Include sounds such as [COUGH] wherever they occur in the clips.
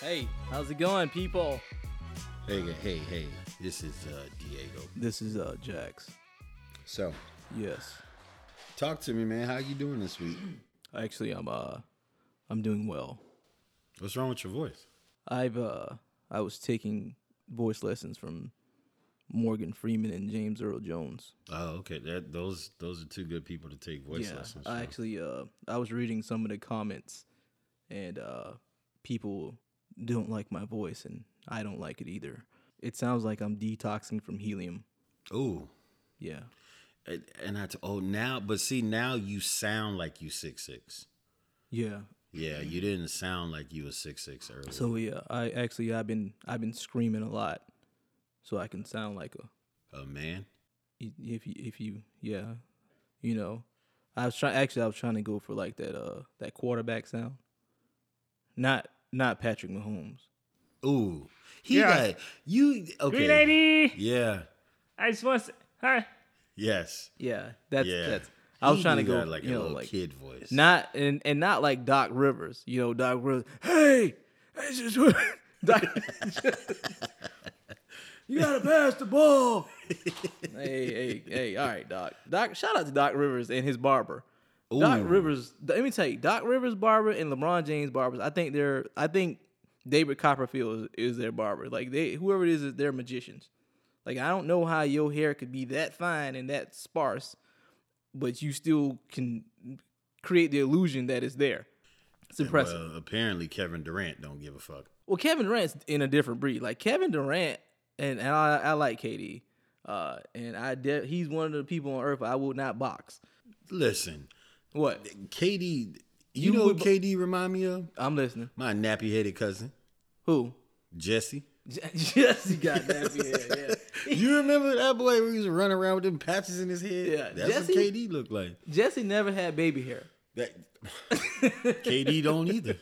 Hey, how's it going, people? Hey, hey, hey. This is uh, Diego. This is uh Jax. So, Yes. talk to me, man. How you doing this week? Actually, I'm uh I'm doing well. What's wrong with your voice? I've uh I was taking voice lessons from Morgan Freeman and James Earl Jones. Oh, okay. That those those are two good people to take voice lessons. I from. actually uh I was reading some of the comments and uh people don't like my voice and I don't like it either. It sounds like I'm detoxing from helium. Ooh, Yeah. and, and I t- oh now, but see now you sound like you six six. Yeah. Yeah, you didn't sound like you was six six earlier. So yeah, I actually I've been I've been screaming a lot so I can sound like a A man. if you if you yeah, you know. I was trying actually I was trying to go for like that uh that quarterback sound. Not not Patrick Mahomes. Ooh, he Yeah. got you. Okay. Green lady, Yeah. I just want to. Hi. Yes. Yeah, that's yeah. that's I was He trying to do go got, like you a know little like kid voice. Not and and not like Doc Rivers. You know, Doc Rivers. Hey, this is what- [LAUGHS] Doc, you gotta pass the ball. [LAUGHS] hey, hey, hey! All right, Doc. Doc, shout out to Doc Rivers and his barber. Doc Ooh. Rivers. Let me tell you, Doc Rivers' barber and LeBron James' barbers. I think they're. I think David Copperfield is, is their barber. Like they, whoever it is, they're magicians. Like I don't know how your hair could be that fine and that sparse, but you still can create the illusion that it's there. It's impressive. Well, Well, apparently Kevin Durant don't give a fuck. Kevin Durant's in a different breed. Like Kevin Durant, and, and I, I like KD, uh, and I de- he's one of the people on earth I will not box. Listen, What? KD, You you, know would- what KD remind me of? I'm listening. My nappy headed cousin, Who? [LAUGHS] Jesse. Jesse got nappy [LAUGHS] hair. Yeah. You remember that boy where he was running around with them patches in his head? Yeah, That's Jesse- what KD looked like. Jesse never had baby hair. That [LAUGHS] KD don't either.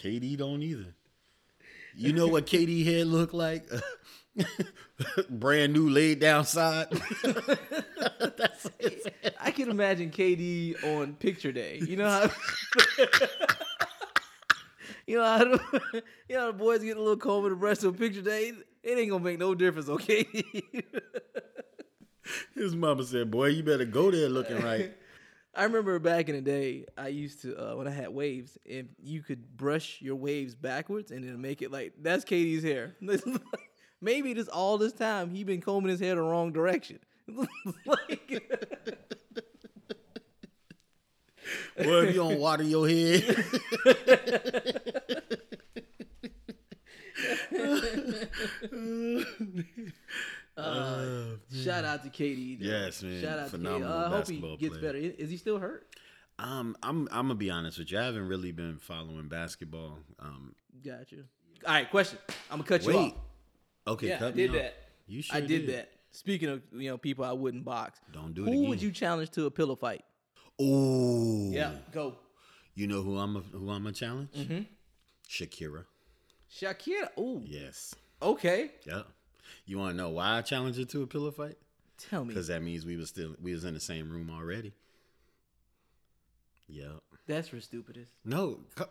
KD don't either. You know what KD head looked like? [LAUGHS] Brand new laid [LAUGHS] down side. I can imagine KD on picture day. You know how. [LAUGHS] You know, how the- you know, how the boys get a little comb in the breast on picture day. It ain't gonna make no difference, okay? [LAUGHS] His mama said, "Boy, you better go there looking right." I remember back in the day, I used to uh, when I had waves, and you could brush your waves backwards and then make it like that's Katie's hair. [LAUGHS] Maybe this all this time he been combing his hair the wrong direction. [LAUGHS] [LAUGHS] like, Boy, if you don't water [LAUGHS] your head. shout out to Katie. though. Yes, man. Shout out Phenomenal to Katie. Uh, I hope he basketball gets player. better. Is he still hurt? Um, I'm I'm gonna be honest with you. I haven't really been following basketball. Um, Gotcha. All right, question. I'm gonna cut you off. wait. Okay, Yeah, I cut me did off. that. You sure I did that. Speaking of you know people I wouldn't box. Don't do it Who would again. you challenge to a pillow fight? Ooh. Yeah, Mm-hmm. go. You know who I'm a, who I'm a challenge? Shakira. Shakira. Ooh. Yes. Okay. Yeah. You want to know why I challenged her to a pillow fight? Tell me. Because that means we was still we was in the same room already. Yeah. That's for stupidest. No. cu-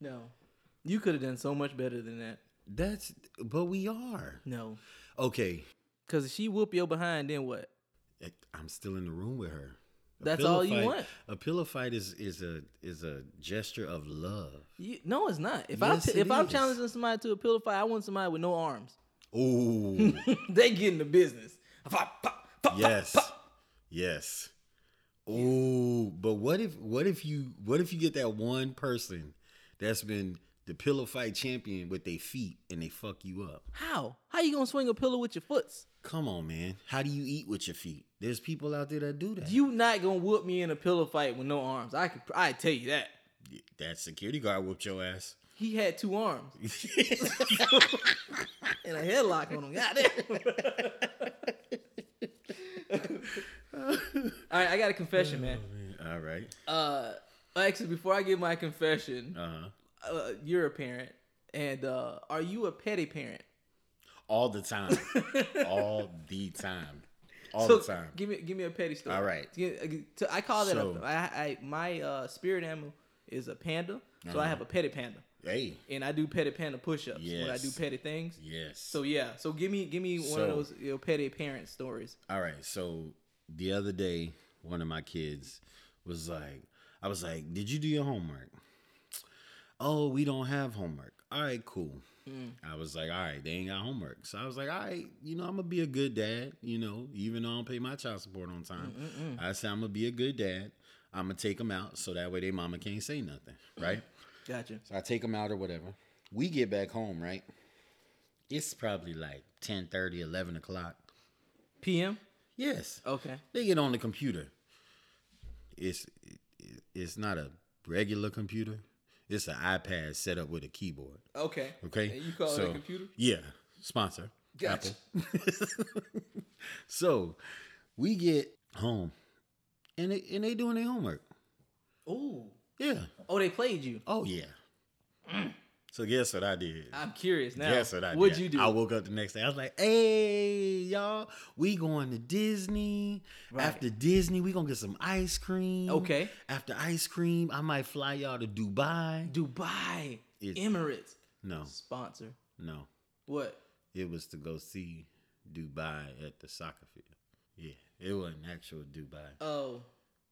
No. You could have done so much better than that. That's but we are No. okay. eh, Cause if she whoop your behind, then what? I'm still in the room with her. That's pillow all you fight- want. A pillow fight is is a is a gesture of love. You, no, it's not. If Yes, I it if I'm is. challenging somebody to a pillow fight, I want somebody with no arms. [LAUGHS] Ooh, they get in the business. Pop, pop, pop, yes, pop, pop. yes. Ooh, but what if what if you what if you get that one person that's been the pillow fight champion with their feet and they fuck you up? How? How you gonna swing a pillow with your foots? Come on, man. How do you eat with your feet? There's people out there that do that. You not gonna whoop me in a pillow fight with no arms. I could I tell you that. that security guard whooped your ass. He had two arms. and a headlock on him. Goddamn. All right, I got a confession, man. All right. Uh, actually, before I give my confession, Uh huh. uh, you're a parent, and uh, are you a petty parent? All [LAUGHS] the time. All the time. All So, the time. Give me, give me a petty story. All right. Give- so I call that. So- Uh-huh. a, I, I, my uh, spirit animal is a panda, so I have a petty panda. Hey, and I do petty panda push-ups when I do Yes. petty things. yes. So yeah, so give me give me one of So- those you know, petty parent stories. All right. So the other day, one of my kids was like, I was like, Did you do your homework? Oh, we don't have homework. All right, cool. I was like, All right, they ain't got homework. So I was like, All right, you know, I'm going to be a good dad. You know, even though I don't pay my child support on time, I said, I'm going to be a good dad. I'm going to take them out so that way they mama can't say nothing. Right. Gotcha. So I take them out or whatever. We get back home, right? It's probably like 10 11 o'clock. PM. Yes. Okay. They get on the computer. It's it, it's not a regular computer. It's an iPad set up with a keyboard. Okay. Okay. And you call it So, a computer? Yeah. Sponsor. Gotcha. Apple. [LAUGHS] so we get home, and they, and they doing their homework. Ooh. Yeah. Oh, they played you. Oh yeah. Mm. So guess what I did? I'm curious now. Guess what I What'd did? you do? I woke up the next day. I was like, "Hey, y'all, we going to Disney. Right. After Disney, we gonna get some ice cream. Okay. After ice cream, I might fly y'all to Dubai. Dubai, It's- Emirates No, sponsor. no, What? it was to go see Dubai at the soccer field. Yeah, it wasn't actual Dubai. Oh.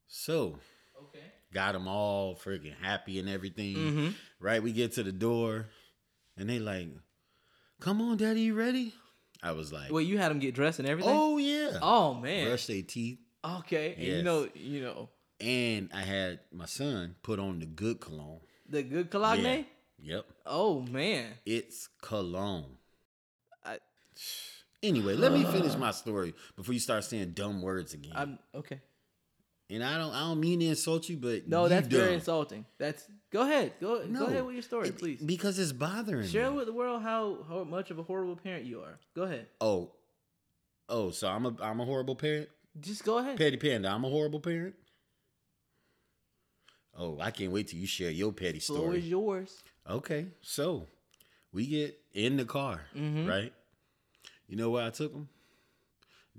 So Okay. got them all freaking happy and everything. Mm-hmm. Right, we get to the door, and they like, "Come on, Daddy, you ready?" I was like, Well, you had them get dressed and everything. "Oh yeah." Oh, man. brush their teeth. Okay. And you Yes. know, you know, And I had my son put on the good cologne. the good cologne. Yeah. Yep. Oh man. It's cologne. I, Anyway, let me finish my story before you start saying dumb words again. I'm okay. and I don't I don't mean to insult you, but No, you that's dumb. very insulting. That's go ahead. Go No. go ahead with your story, It- please. Because it's bothering Share me. with the world how, how much of a horrible parent you are. Go ahead. Oh. Oh, so I'm a I'm a horrible parent? Just go ahead. Petty panda, I'm a horrible parent. Oh, I can't wait till you share your petty Floor story. is yours. Okay, so we get in the car, Mm-hmm. right? You know where I took them?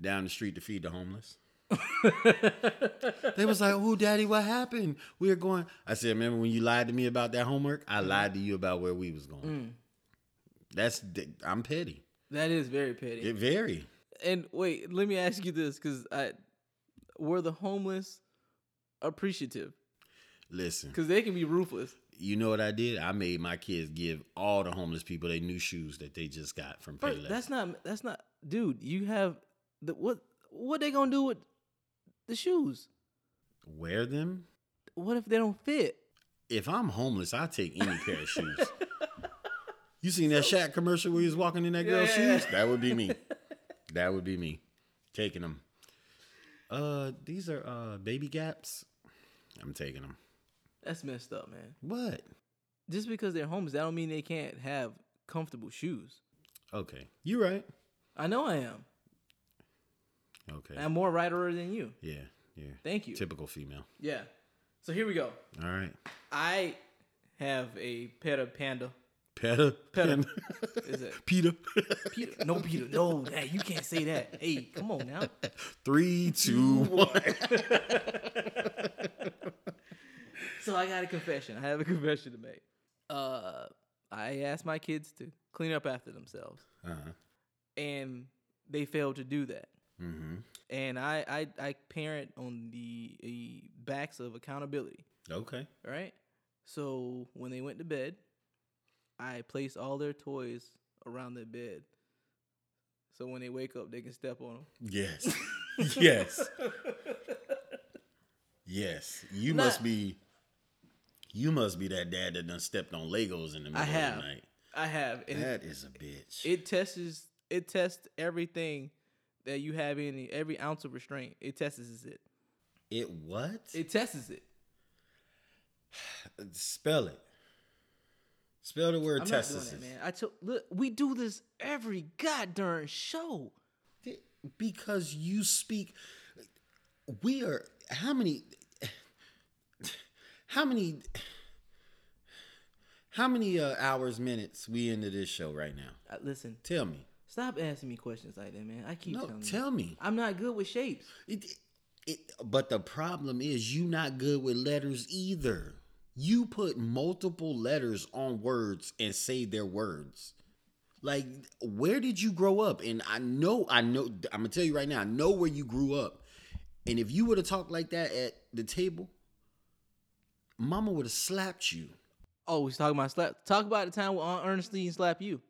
Down the street to feed [LAUGHS] the homeless. they was like, "Oh, daddy, what happened? We were going." I said, "Remember when you lied to me about that homework? I Mm-hmm. lied to you about where we was going." Mm. That's I'm petty. That is very petty. It very. And wait, let me ask you this, because I were the homeless appreciative Listen, because they can be ruthless. you know what I did? I made my kids give all the homeless people their new shoes that they just got from First, Payless. that's not that's not, dude. You have the what? What they gonna do with the shoes? Wear them What if they don't fit? if I'm homeless, I take any pair of shoes. You seen that Shaq commercial where he was walking in that girl's Yeah, yeah, yeah. shoes? That would be me. That would be me taking them. Uh, these are uh baby gaps. I'm taking them. That's messed up, man. What? Just because they're homeless, that don't mean they can't have comfortable shoes. Okay, you right. I know I am. Okay. I'm more righter than you. yeah, yeah. Thank you. Typical female. Yeah. So here we go. All right. I have a pet of panda. Peta. [LAUGHS] Peta. Is it Peter. Peter? No, Peter. No, that you can't say that. Hey, come on now. [LAUGHS] Three, [LAUGHS] two, one. So I got a confession. I have a confession to make. Uh, I asked my kids to clean up after themselves, Uh-huh. and they failed to do that. Mm-hmm. And I, I, I parent on the, the backs of accountability, Okay. right? So when they went to bed, I placed all their toys around their bed. So when they wake up, they can step on them. Yes. [LAUGHS] yes. Yes. You Nah. must be you must be that dad that done stepped on Legos in the middle I have. of the night. I have. And That is a bitch. it tests it tests everything that you have in it, every ounce of restraint. It tests it. It what? It tests it. Spell it. Spell the word I'm not doing testis. that, man. I took look. We do this every goddamn show. Because you speak we are how many [SIGHS] how many how many uh, hours minutes we into this show right now? I, listen, Tell me. stop asking me questions like that, man. I keep No, telling you, tell me. I'm not good with shapes. It, it, but the problem is you not good with letters either. You put multiple letters on words and say their words. Like, where did you grow up? And I know, I know, I'm gonna tell you right now, I know where you grew up. And if you would have talked like that at the table, mama would have slapped you. Oh, he's talking about slap. Talk about the time when Aunt Ernestine slapped you.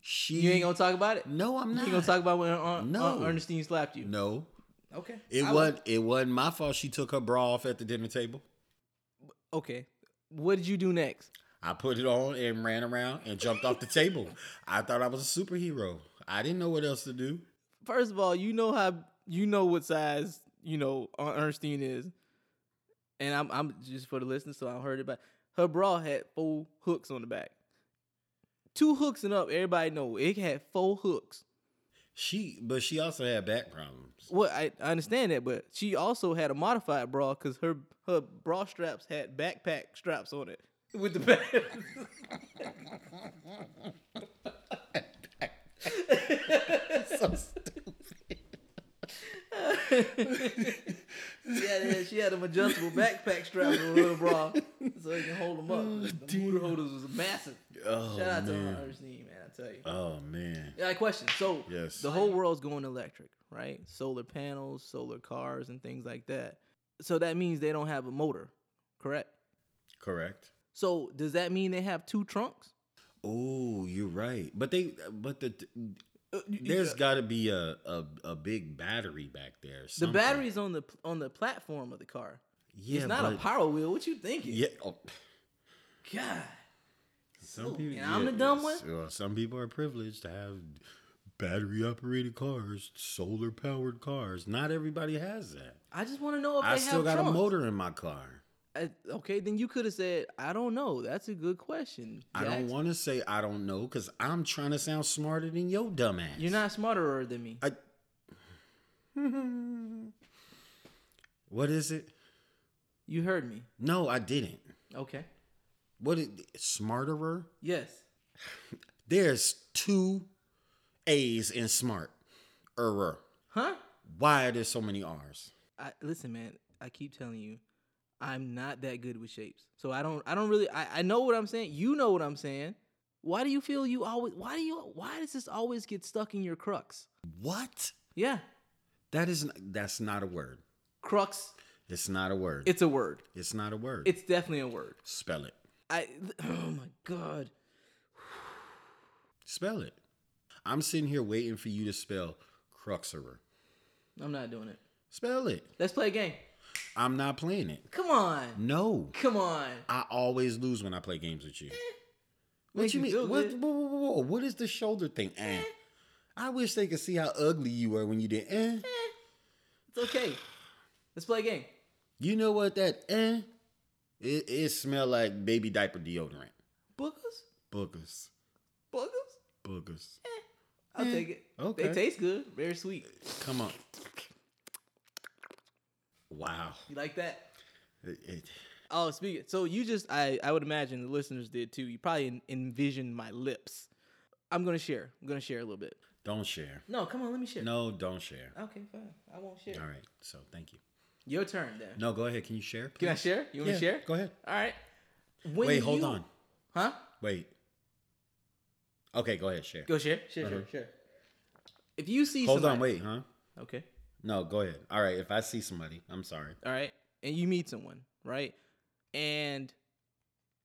She You ain't gonna talk about it. No, I'm You not. ain't gonna talk about when Aunt, No. Aunt Ernestine slapped you. No. Okay. It I wasn't it wasn't my fault she took her bra off at the dinner table. Okay. What did you do next? I put it on and ran around and jumped off the table. I thought I was a superhero. I didn't know what else to do. First of all, you know how you know what size you know Aunt Ernestine is, and I'm I'm just for the listeners, so I heard it. But her bra had four hooks on the back. Two hooks and up, everybody know it had four hooks. She but she also had back problems. Well, I, I understand that, but she also had a modified bra because her her bra straps had backpack straps on it with the back. So stupid. she, had, she had an adjustable backpack strap on her bra so you can hold them up. the booty holders was massive. Oh, Shout out to man. her Ernestine, man. I tell you. Oh man. Yeah, question. So Yes. the whole world's going electric, right? Solar panels, solar cars, and things like that. So that means they don't have a motor, correct? Correct. So does that mean they have two trunks? Oh, you're right. But they but the Uh, y- y- there's got to be a, a a big battery back there. the something. battery's on the on the platform of the car. Yeah, it's not a but- power wheel. What you thinking? Yeah. oh, God. Some people, and I'm the dumb yes. Well, some people are privileged to have battery operated cars, solar powered cars. Not everybody has that. I just want to know if I they still have got trunks. a motor in my car. I- okay, then you could have said, "I don't know." That's a good question. I don't Jax. want to say I don't know because I'm trying to sound smarter than your dumb ass. You're not smarter than me. I, what is it? You heard me. No, I didn't. Okay. What is smarterer? Yes. There's two A's in smart. Error. Huh? Why are there so many R's? I listen, man. I keep telling you, I'm not that good with shapes, so I don't. I don't really. I, I know what I'm saying. You know what I'm saying. Why do you feel you always? Why do you? Why does this always get stuck in your crux? What? Yeah, That is n- that's not a word. crux. It's not a word. It's a word. it's not a word. It's definitely a word. Spell it. I. Oh my god. Spell it. I'm sitting here waiting for you to spell cruxerer. I'm not doing it. Spell it. Let's play a game. I'm not playing it. Come on. No. Come on. I always lose when I play games with you. Make What you Eh. you mean? feel What, whoa, good. whoa, whoa, whoa. What is the shoulder thing? Eh. I wish they could see how ugly you were when you did. Eh. It's okay. Let's play a game. You know what? That eh. It, it smell like baby diaper deodorant. Boogers. Boogers. Boogers. Boogers. Eh. I'll take it. okay. They taste good. Very sweet. Come on. Wow. You like that? It- it- Oh, speaking. So you just, I, I would imagine the listeners did too. You probably en- envisioned my lips. I'm gonna share. I'm gonna share a little bit. don't share. No, come on, let me share. No, don't share. Okay, fine. I won't share. All right. So thank you. Your turn then. No, go ahead. Can you share? Can I please? share? You want Yeah, to share? Go ahead. All right. When Wait, hold you- on. Huh? Wait. Okay, go ahead. Share. Go share. Share, share, share. If you see Uh-huh. hold on. somebody- Wait, huh? Okay. No, go ahead. All right. If I see somebody, I'm sorry. All right. And you meet someone, right? And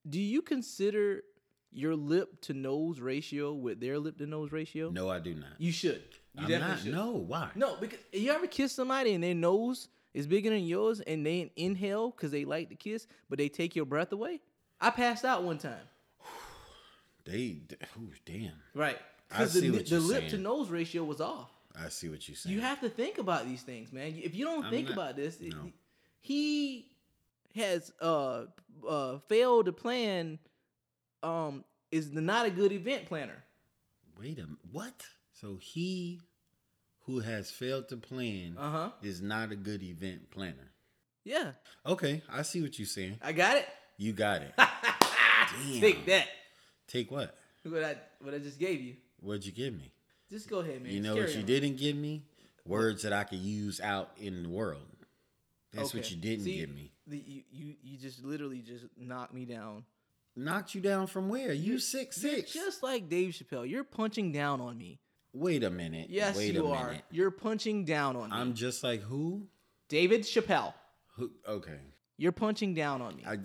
do you consider your lip to nose ratio with their lip to nose ratio? No, I do not. You should. You I'm definitely not. should. No, why? No, because you ever kiss somebody and their nose is bigger than yours and they inhale because they like to kiss, but they take your breath away? I passed out one time. They. Ooh, damn. Right. I Because the, see the what you're lip to saying. nose ratio was off. I see what you're saying. You have to think about these things, man. If you don't I'm think not- about this, it- no. he has uh, uh, failed to plan, um, is not a good event planner. Wait a m- what? So he who has failed to plan Uh huh. is not a good event planner. Yeah. Okay, I see what you're saying. I got it. You [LAUGHS] got it. Take that. Take what? What I, what I just gave you. What'd you give me? Just go ahead, man. you Just know carry what you on. didn't give me? Words that I could use out in the world. That's what Okay. you didn't See, give me. the, you, you you just literally just knocked me down. Knocked you down from where? You six six. Just like Dave Chappelle, you're punching down on me. Wait a minute. Yes, Wait you a are. minute. You're punching down on me. I'm just like who? David Chappelle, Who? Okay. you're punching down on me. I,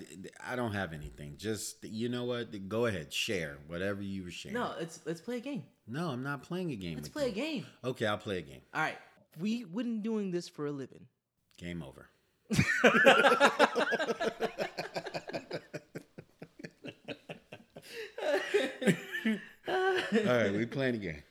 I don't have anything. Just you know what? Go ahead. Share whatever you were sharing. no, let's let's play a game. No, I'm not playing a game. Let's with play a you. game. Okay, I'll play a game. All right. We wouldn't doing this for a living. Game over. [LAUGHS] All right, we playing a game.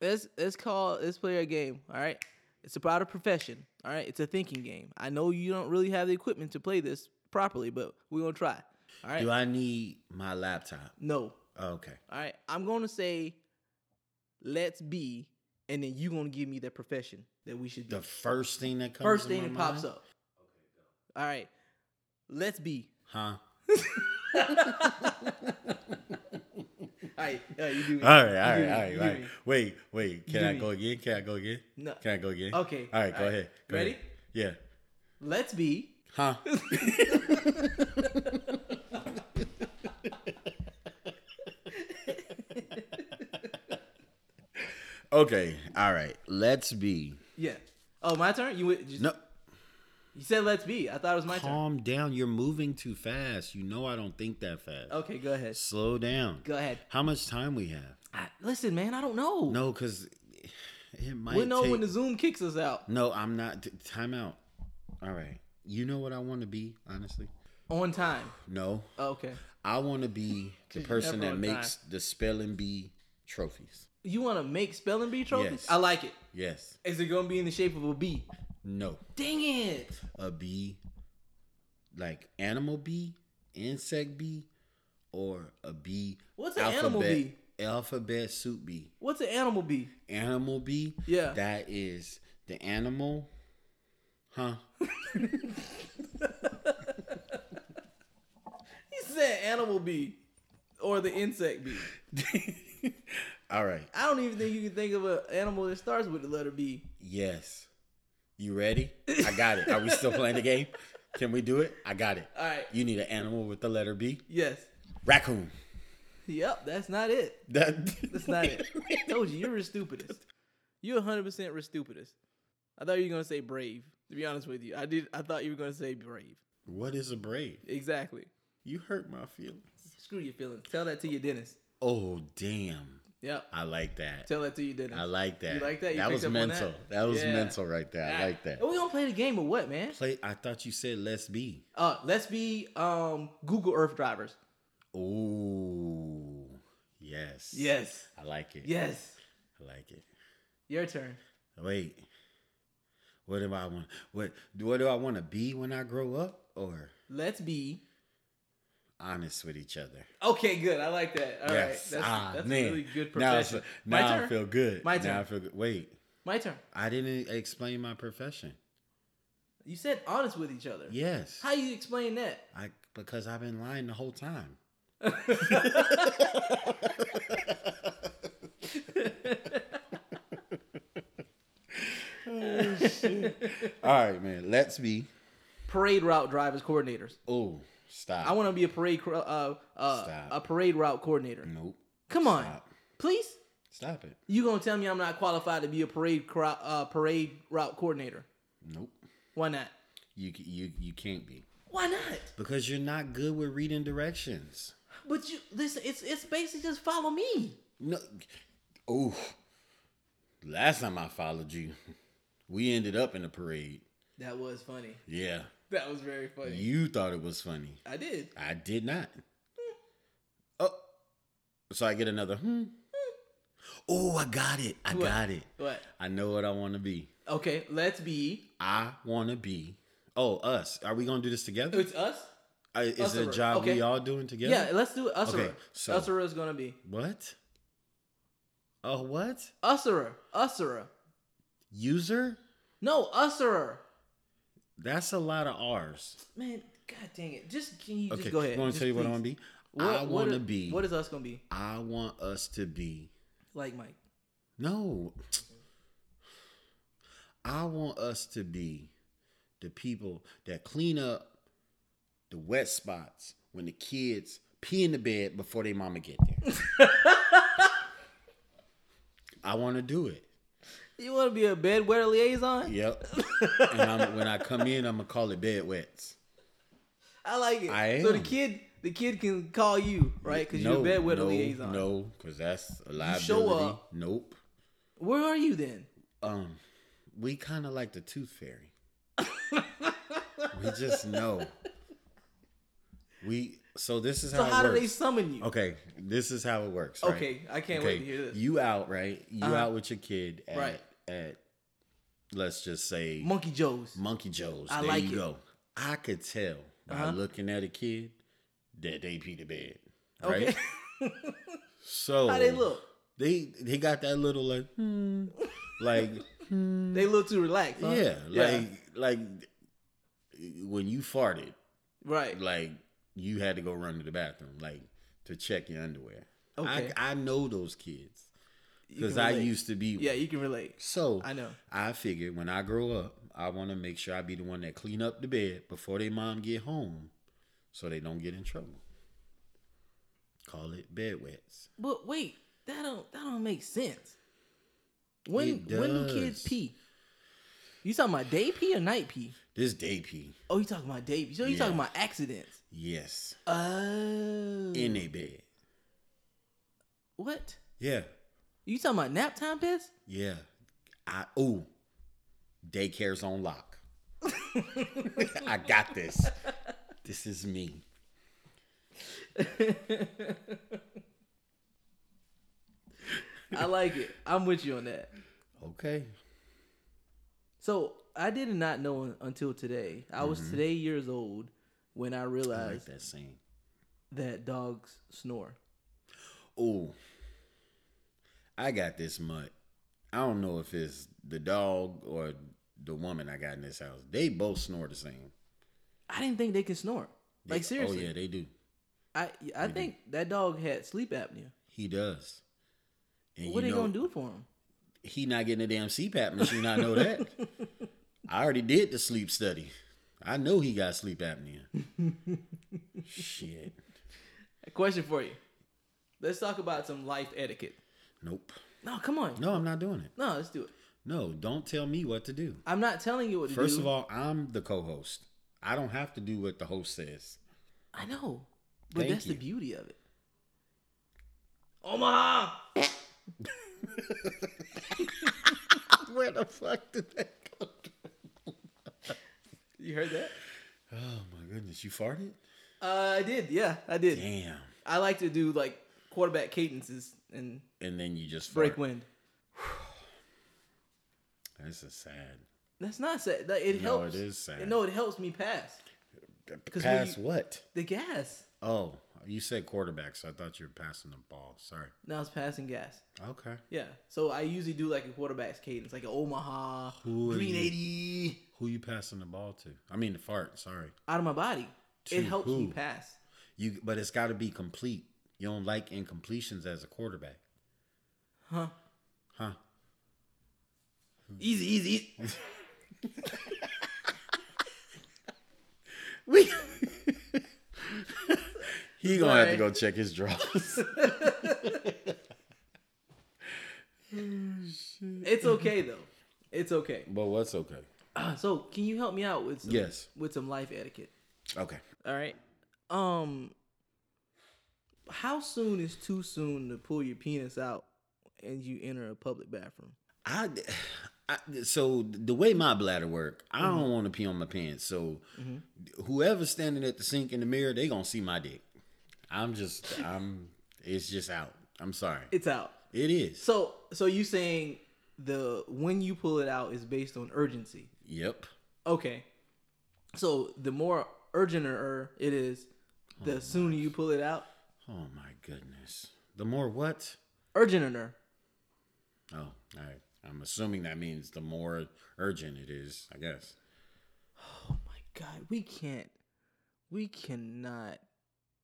Let's let's call let's play a game. All right. It's about a profession. All right. It's a thinking game. I know you don't really have the equipment to play this properly, but we're gonna try. All right. Do I need my laptop? no. Oh, okay. All right. I'm gonna say let's be, and then you gonna give me the profession that we should be. The first thing that comes. First to thing my that pops mind? up. All right. Let's be. Huh. All right. All right. You [LAUGHS] do it. You All right, all right, do it. all right, You all do right. it. Wait, wait. Can do I me. go again? Can I go again? No. Can I go again? Okay, All right, all go right. ahead. Go Ready? ahead. Yeah. Let's be. Huh? [LAUGHS] okay. All right. Let's be. Yeah. Oh, my turn. You went- just, No. You said let's be. I thought it was my turn. Calm down. You're moving too fast. You know I don't think that fast. Okay, go ahead. Slow down. Go ahead. How much time we have? I, listen, man, I don't know. No, because it might. we'll know take... when the Zoom kicks us out. No, I'm not. t- Time out. All right. You know what I want to be, honestly? On time. No. Oh, okay. I want to be the person never that on makes the spelling bee trophies. You want to make spelling bee trophies? Yes. I like it. Yes. Is it going to be in the shape of a bee? No. Dang it. A bee, like animal bee, insect bee, or a bee. What's an animal bee? Alphabet soup bee. What's an animal bee? Animal bee. Yeah. That is the animal. Huh? He said animal bee or the insect bee. All right. I don't even think you can think of an animal that starts with the letter B. Yes. You ready? I got it. Are we still playing the game? Can we do it? I got it. All right. You need an animal with the letter B. Yes. Raccoon. Yep, that's not it. That, [LAUGHS] That's not [LAUGHS] it. I told you, you're the stupidest. You're 100 percent the stupidest. I thought you were gonna say brave. To be honest with you, I did. I thought you were gonna say brave. What is a braid? Exactly. You hurt my feelings. Screw your feelings. Tell that to your dentist. Oh damn! Yep. I like that. Tell that to your dentist. I like that. You like that? You that picked was up on mental. that? That, was Yeah. Ah. mental right there. I like that. And we gonna play the game of what, man? Play. I thought you said let's be. Uh, let's be um Google Earth drivers. Ooh. Yes. Yes. I like it. Yes. I like it. Your turn. Wait. What do I want? What What do I want to be when I grow up? Or Let's be. honest with each other? Okay, good. I like that. All right. yes. That's, ah, that's man. a really good now, it's- profession. now My I turn. feel good. My Now I turn. feel good. Wait. My turn. I didn't explain my profession. You said honest with each other. Yes. How you explain that? I because I've been lying the [LAUGHS] whole time. [LAUGHS] Oh, All right, man. Let's be. Parade route drivers coordinators. Oh, stop. I want to be a parade cro- uh, uh, Stop. a parade route coordinator. Nope. Come on, Stop. please. Stop it. You gonna tell me I'm not qualified to be a parade cro- uh, parade route coordinator? Nope. Why not? You c- you you can't be Why not? because you're not good with reading directions. But you listen. It's it's basically just follow me. No. Oh. Last time I followed you, we ended up in a parade. That was funny. Yeah. That was very funny. You thought it was funny. I did. I did not. Oh, so I get another. Hmm. Oh, I got it. I What? got it. What? I know what I want to be. Okay, let's be. I want to be. Oh, us. Are we gonna do this together? It's us. I- Is it a Usserer. job Okay. we all doing together? Yeah, let's do Usura. Okay, so- Usura is gonna be What? Oh, what? Usura. Usura. User? No, Usura. That's a lot of R's. Man, god dang it! Just can you Okay. just go ahead? You want Just to tell you what please. I want to be? What- I what want is- to be. What is us gonna be? I want us to be. Like Mike. No. I want us to be the people that clean up the wet spots when the kids pee in the bed before their mama get [LAUGHS] there. I want to do it. You want to be a bedwetter liaison? Yep. and I'm, when I come in, I'm gonna call it bed wets. I like it. I so the am. kid, the kid can call you, right? Because no, you're a bedwetter no, liaison. No, because that's a liability. show up. Nope. Where are you then? Um, we kind of like the tooth [LAUGHS] fairy. we just know. We so this is So how. it how do works. they summon you? Okay, this is how it works. right? Okay, I can't wait to hear this. You out, right? You Uh-huh. out with your kid at, Right. at let's just say Monkey Joe's. Monkey Joe's. I there like you it. go. I could tell by Uh-huh. looking at a kid that they pee the bed. Right? Okay. [LAUGHS] So how they look? They they got that little like hmm, like They look too relaxed. [LAUGHS] Huh? yeah, like like when you farted, right. like you had to go run to the bathroom, like to check your underwear. Okay. I, I know those kids. You Because can I relate. used to be one. Yeah, you can relate. So I know. I figured when I grow up, I want to make sure I be the one that clean up the bed before they mom get home, so they don't get in trouble. Call it bed wets. But wait, that don't that don't make sense. When It when do kids does. pee? You talking about day pee or night pee? This day pee, Oh, you talking about day pee? So you Yeah. talking about accidents? yes, Oh, in a bed. what? Yeah, You talking about nap time piss? [LAUGHS] yeah. I ooh, daycare's on lock. [LAUGHS] I got this. This is me. I like it. I'm with you on that. Okay. So I did not know un- until today. I was today years old when I I Mm-hmm. like realized that scene. that dogs snore. Oh, I got this mutt. I don't know if it's the dog or the woman I got in this house. They both snore the same. I didn't think they could snore. They- Like seriously, Oh yeah, they do. I I think that dog had sleep apnea. He does. And What are they you know, gonna do for him? He not getting a damn CPAP machine. I know that. I already did the sleep study. I know he got sleep apnea. Shit. A question for you. Let's talk about some life etiquette. Nope. No, come on. No, No, I'm not doing it. let's do it. No, don't tell me what to do. I'm not telling you what to First do. of all, I'm the co-host. I don't have to do what the host says. I know, but Thank that's the you. beauty of it. Omaha. Where the fuck did that go? You heard that? Oh my goodness, you farted? Uh, I did. Yeah, I did. Damn. I like to do like quarterback cadences and And then you just break fart. wind. This is sad. That's not sad. That- It No, helps. it is sad. No, it helps me pass when Pass you- what? the gas. Oh, you said quarterback, so I thought you were passing the ball. Sorry. Now it's passing gas. Okay. Yeah. So I usually do like a quarterback's cadence, like an Omaha, Who are green you? eighty, Who you passing the ball to? I mean the fart, sorry. out of my body. To it helps me who? pass. You but it's gotta be complete. You don't like incompletions as a quarterback. Huh? Huh. Easy, easy. easy. We He gonna have Sorry. to go check his drawers. [LAUGHS] It's okay though. It's okay. [CLEARS THROAT] but what's okay? Uh, so can you help me out with some, Yes. with some life etiquette? Okay. All right. Um. How soon is too soon to pull your penis out and you enter a public bathroom? I, I so the way my bladder work, I don't want to pee on my pants. So whoever's standing at the sink in the mirror, they gonna see my dick. I'm just, I'm, it's just out. I'm sorry. It's out. It is. So so you saying the when you pull it out is based on urgency? Yep. Okay. So the more urgenter it is, the sooner you pull it out. Oh my goodness. The more what? Urgenter. Oh, all right. I'm assuming that means the more urgent it is. I guess. Oh my god, we can't, we cannot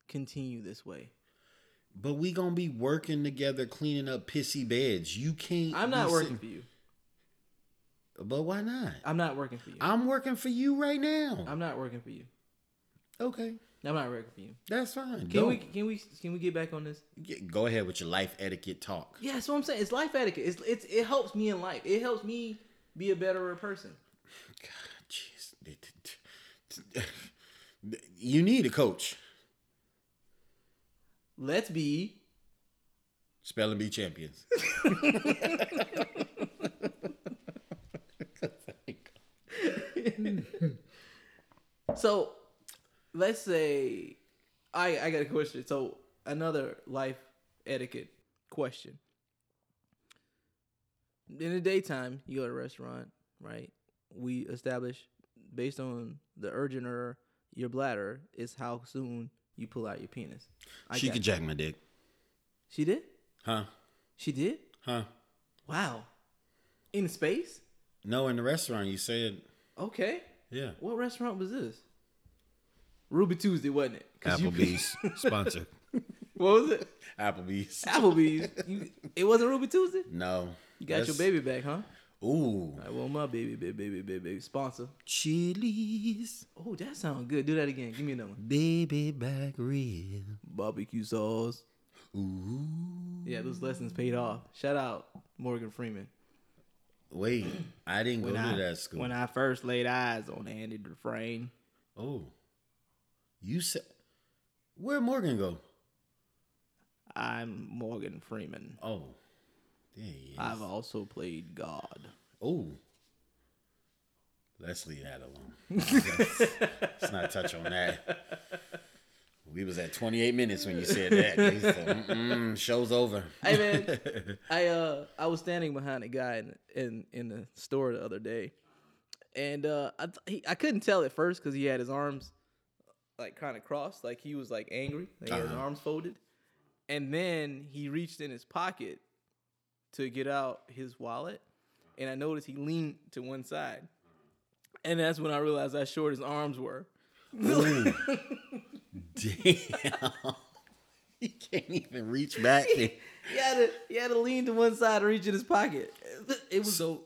continue this way. But we gonna be working together, cleaning up pissy beds. You can't. I'm be not working sitting- for you. But why not? I'm not working for you. I'm working for you right now. I'm not working for you. Okay, I'm not record you. that's fine. Can Go. we can we can we get back on this? Get- go ahead with your life etiquette talk. Yeah, that's what I'm saying. It's life etiquette. It's, it's it helps me in life. It helps me be a better person. God, jeez. [LAUGHS] You need a coach. Let's be Spelling bee champions. so. Let's say I I got a question. So another life etiquette question. In the daytime, you go to a restaurant, right? We establish based on the urgent or your bladder is how soon you pull out your penis. [LAUGHS] I she got can you. jack my dick. She did. Huh? She did. Huh? Wow. In space? No, in the restaurant you said, Okay. yeah. What restaurant was this? Ruby Tuesday, wasn't it? 'Cause you- Applebee's [LAUGHS] sponsor. what was it? Applebee's. Applebee's. You, it wasn't Ruby Tuesday. No. You got your baby back, huh? Ooh. I want my baby, baby, baby, baby, baby. Sponsor. Chili's Oh, that sounds good. Do that again. Give me another one. baby back rib. Barbecue sauce. Ooh. Yeah, those lessons paid off. Shout out Morgan Freeman. Wait, I didn't go I- to that school. When I first laid eyes on Andy Dufresne, oh. You said where Morgan go? I'm Morgan Freeman. Oh. There he is. I've also played God. Oh. Let's leave that [LAUGHS] alone. let's, let's not touch on that. We was at 28 minutes when you said that. He said, "Mm-mm, show's over. Hey man, I uh I was standing behind a guy in in, in the store the other day, and uh I th- he, I couldn't tell at first because he had his arms like kind of crossed, like he was like angry, like he had his Uh-huh. arms folded, and then he reached in his pocket to get out his wallet, and I noticed he leaned to one side, and that's when I realized how short his arms were. Ooh. Damn. [LAUGHS] he can't even reach [LAUGHS] back. He had to he had to lean to one side to reach in his pocket. [LAUGHS] It was So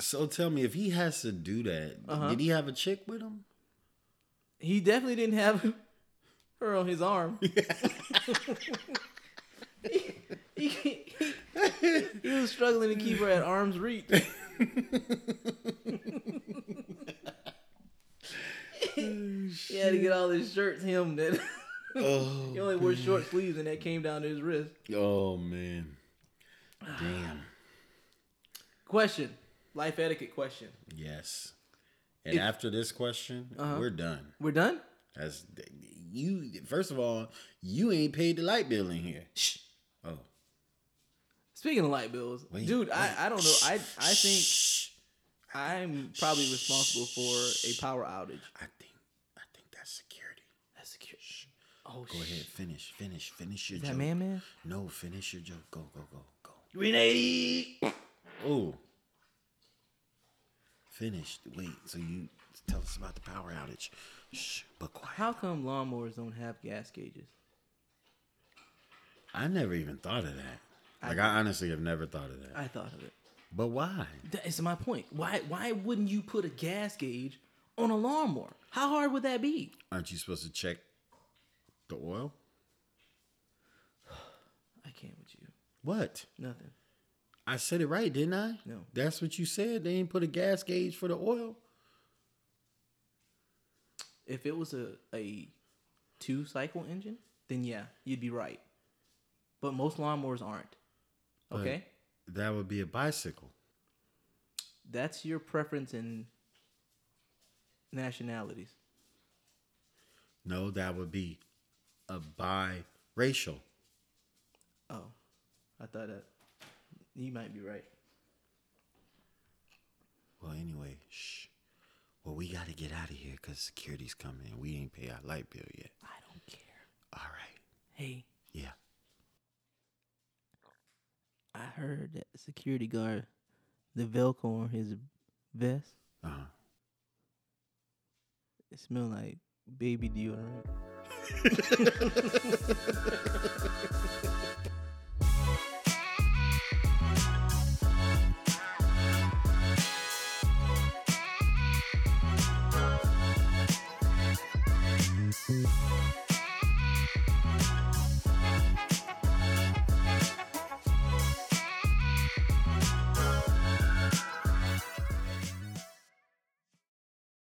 so tell me if he has to do that, did he have a chick with him? He definitely didn't have [LAUGHS] her on his [LAUGHS] arm. he, he, he- he was struggling to keep her at arm's [LAUGHS] reach. he had to get all his shirts hemmed. That Oh, [LAUGHS] he only wore short sleeves, and that came down to his wrist. oh man. Damn. Question: Life etiquette question. Yes. And after this question, we're done. We're done. That's you. First of all, you ain't paid the light bill in here. Shh. Oh, Speaking of light bills, Wait, dude, wait. I, I don't know. I I think Shh. I'm probably responsible for a power outage. I think. I think that's security. That's secure. Oh, Go ahead. Finish. Finish. Finish your That joke. man, man. No, finish your joke. Go. Go. Go. Go. Renee. Oh. Finished. Wait. So you tell us about the power outage. Shh. But quiet. How come lawnmowers don't have gas gauges? I never even thought of that. Like I honestly have never thought of that. I thought of it. But why? That is my point. Why? Why wouldn't you put a gas gauge on a lawnmower? How hard would that be? Aren't you supposed to check the oil? I can't with you. What? Nothing. I said it right, didn't I? No. That's what you said. They ain't put a gas gauge for the oil. If it was a a two cycle engine, then yeah, you'd be right. But most lawnmowers aren't. But Okay, That would be a bicycle. that's your preference in nationalities. No, that would be a biracial. Oh, I thought that you might be right. Well, anyway, shh. Well, we got to get out of here because security's coming and we ain't pay our light bill yet. I don't care. All right. Hey, Yeah. I heard that the security guard, the Velcro on his vest, Uh huh. it smelled like baby deodorant.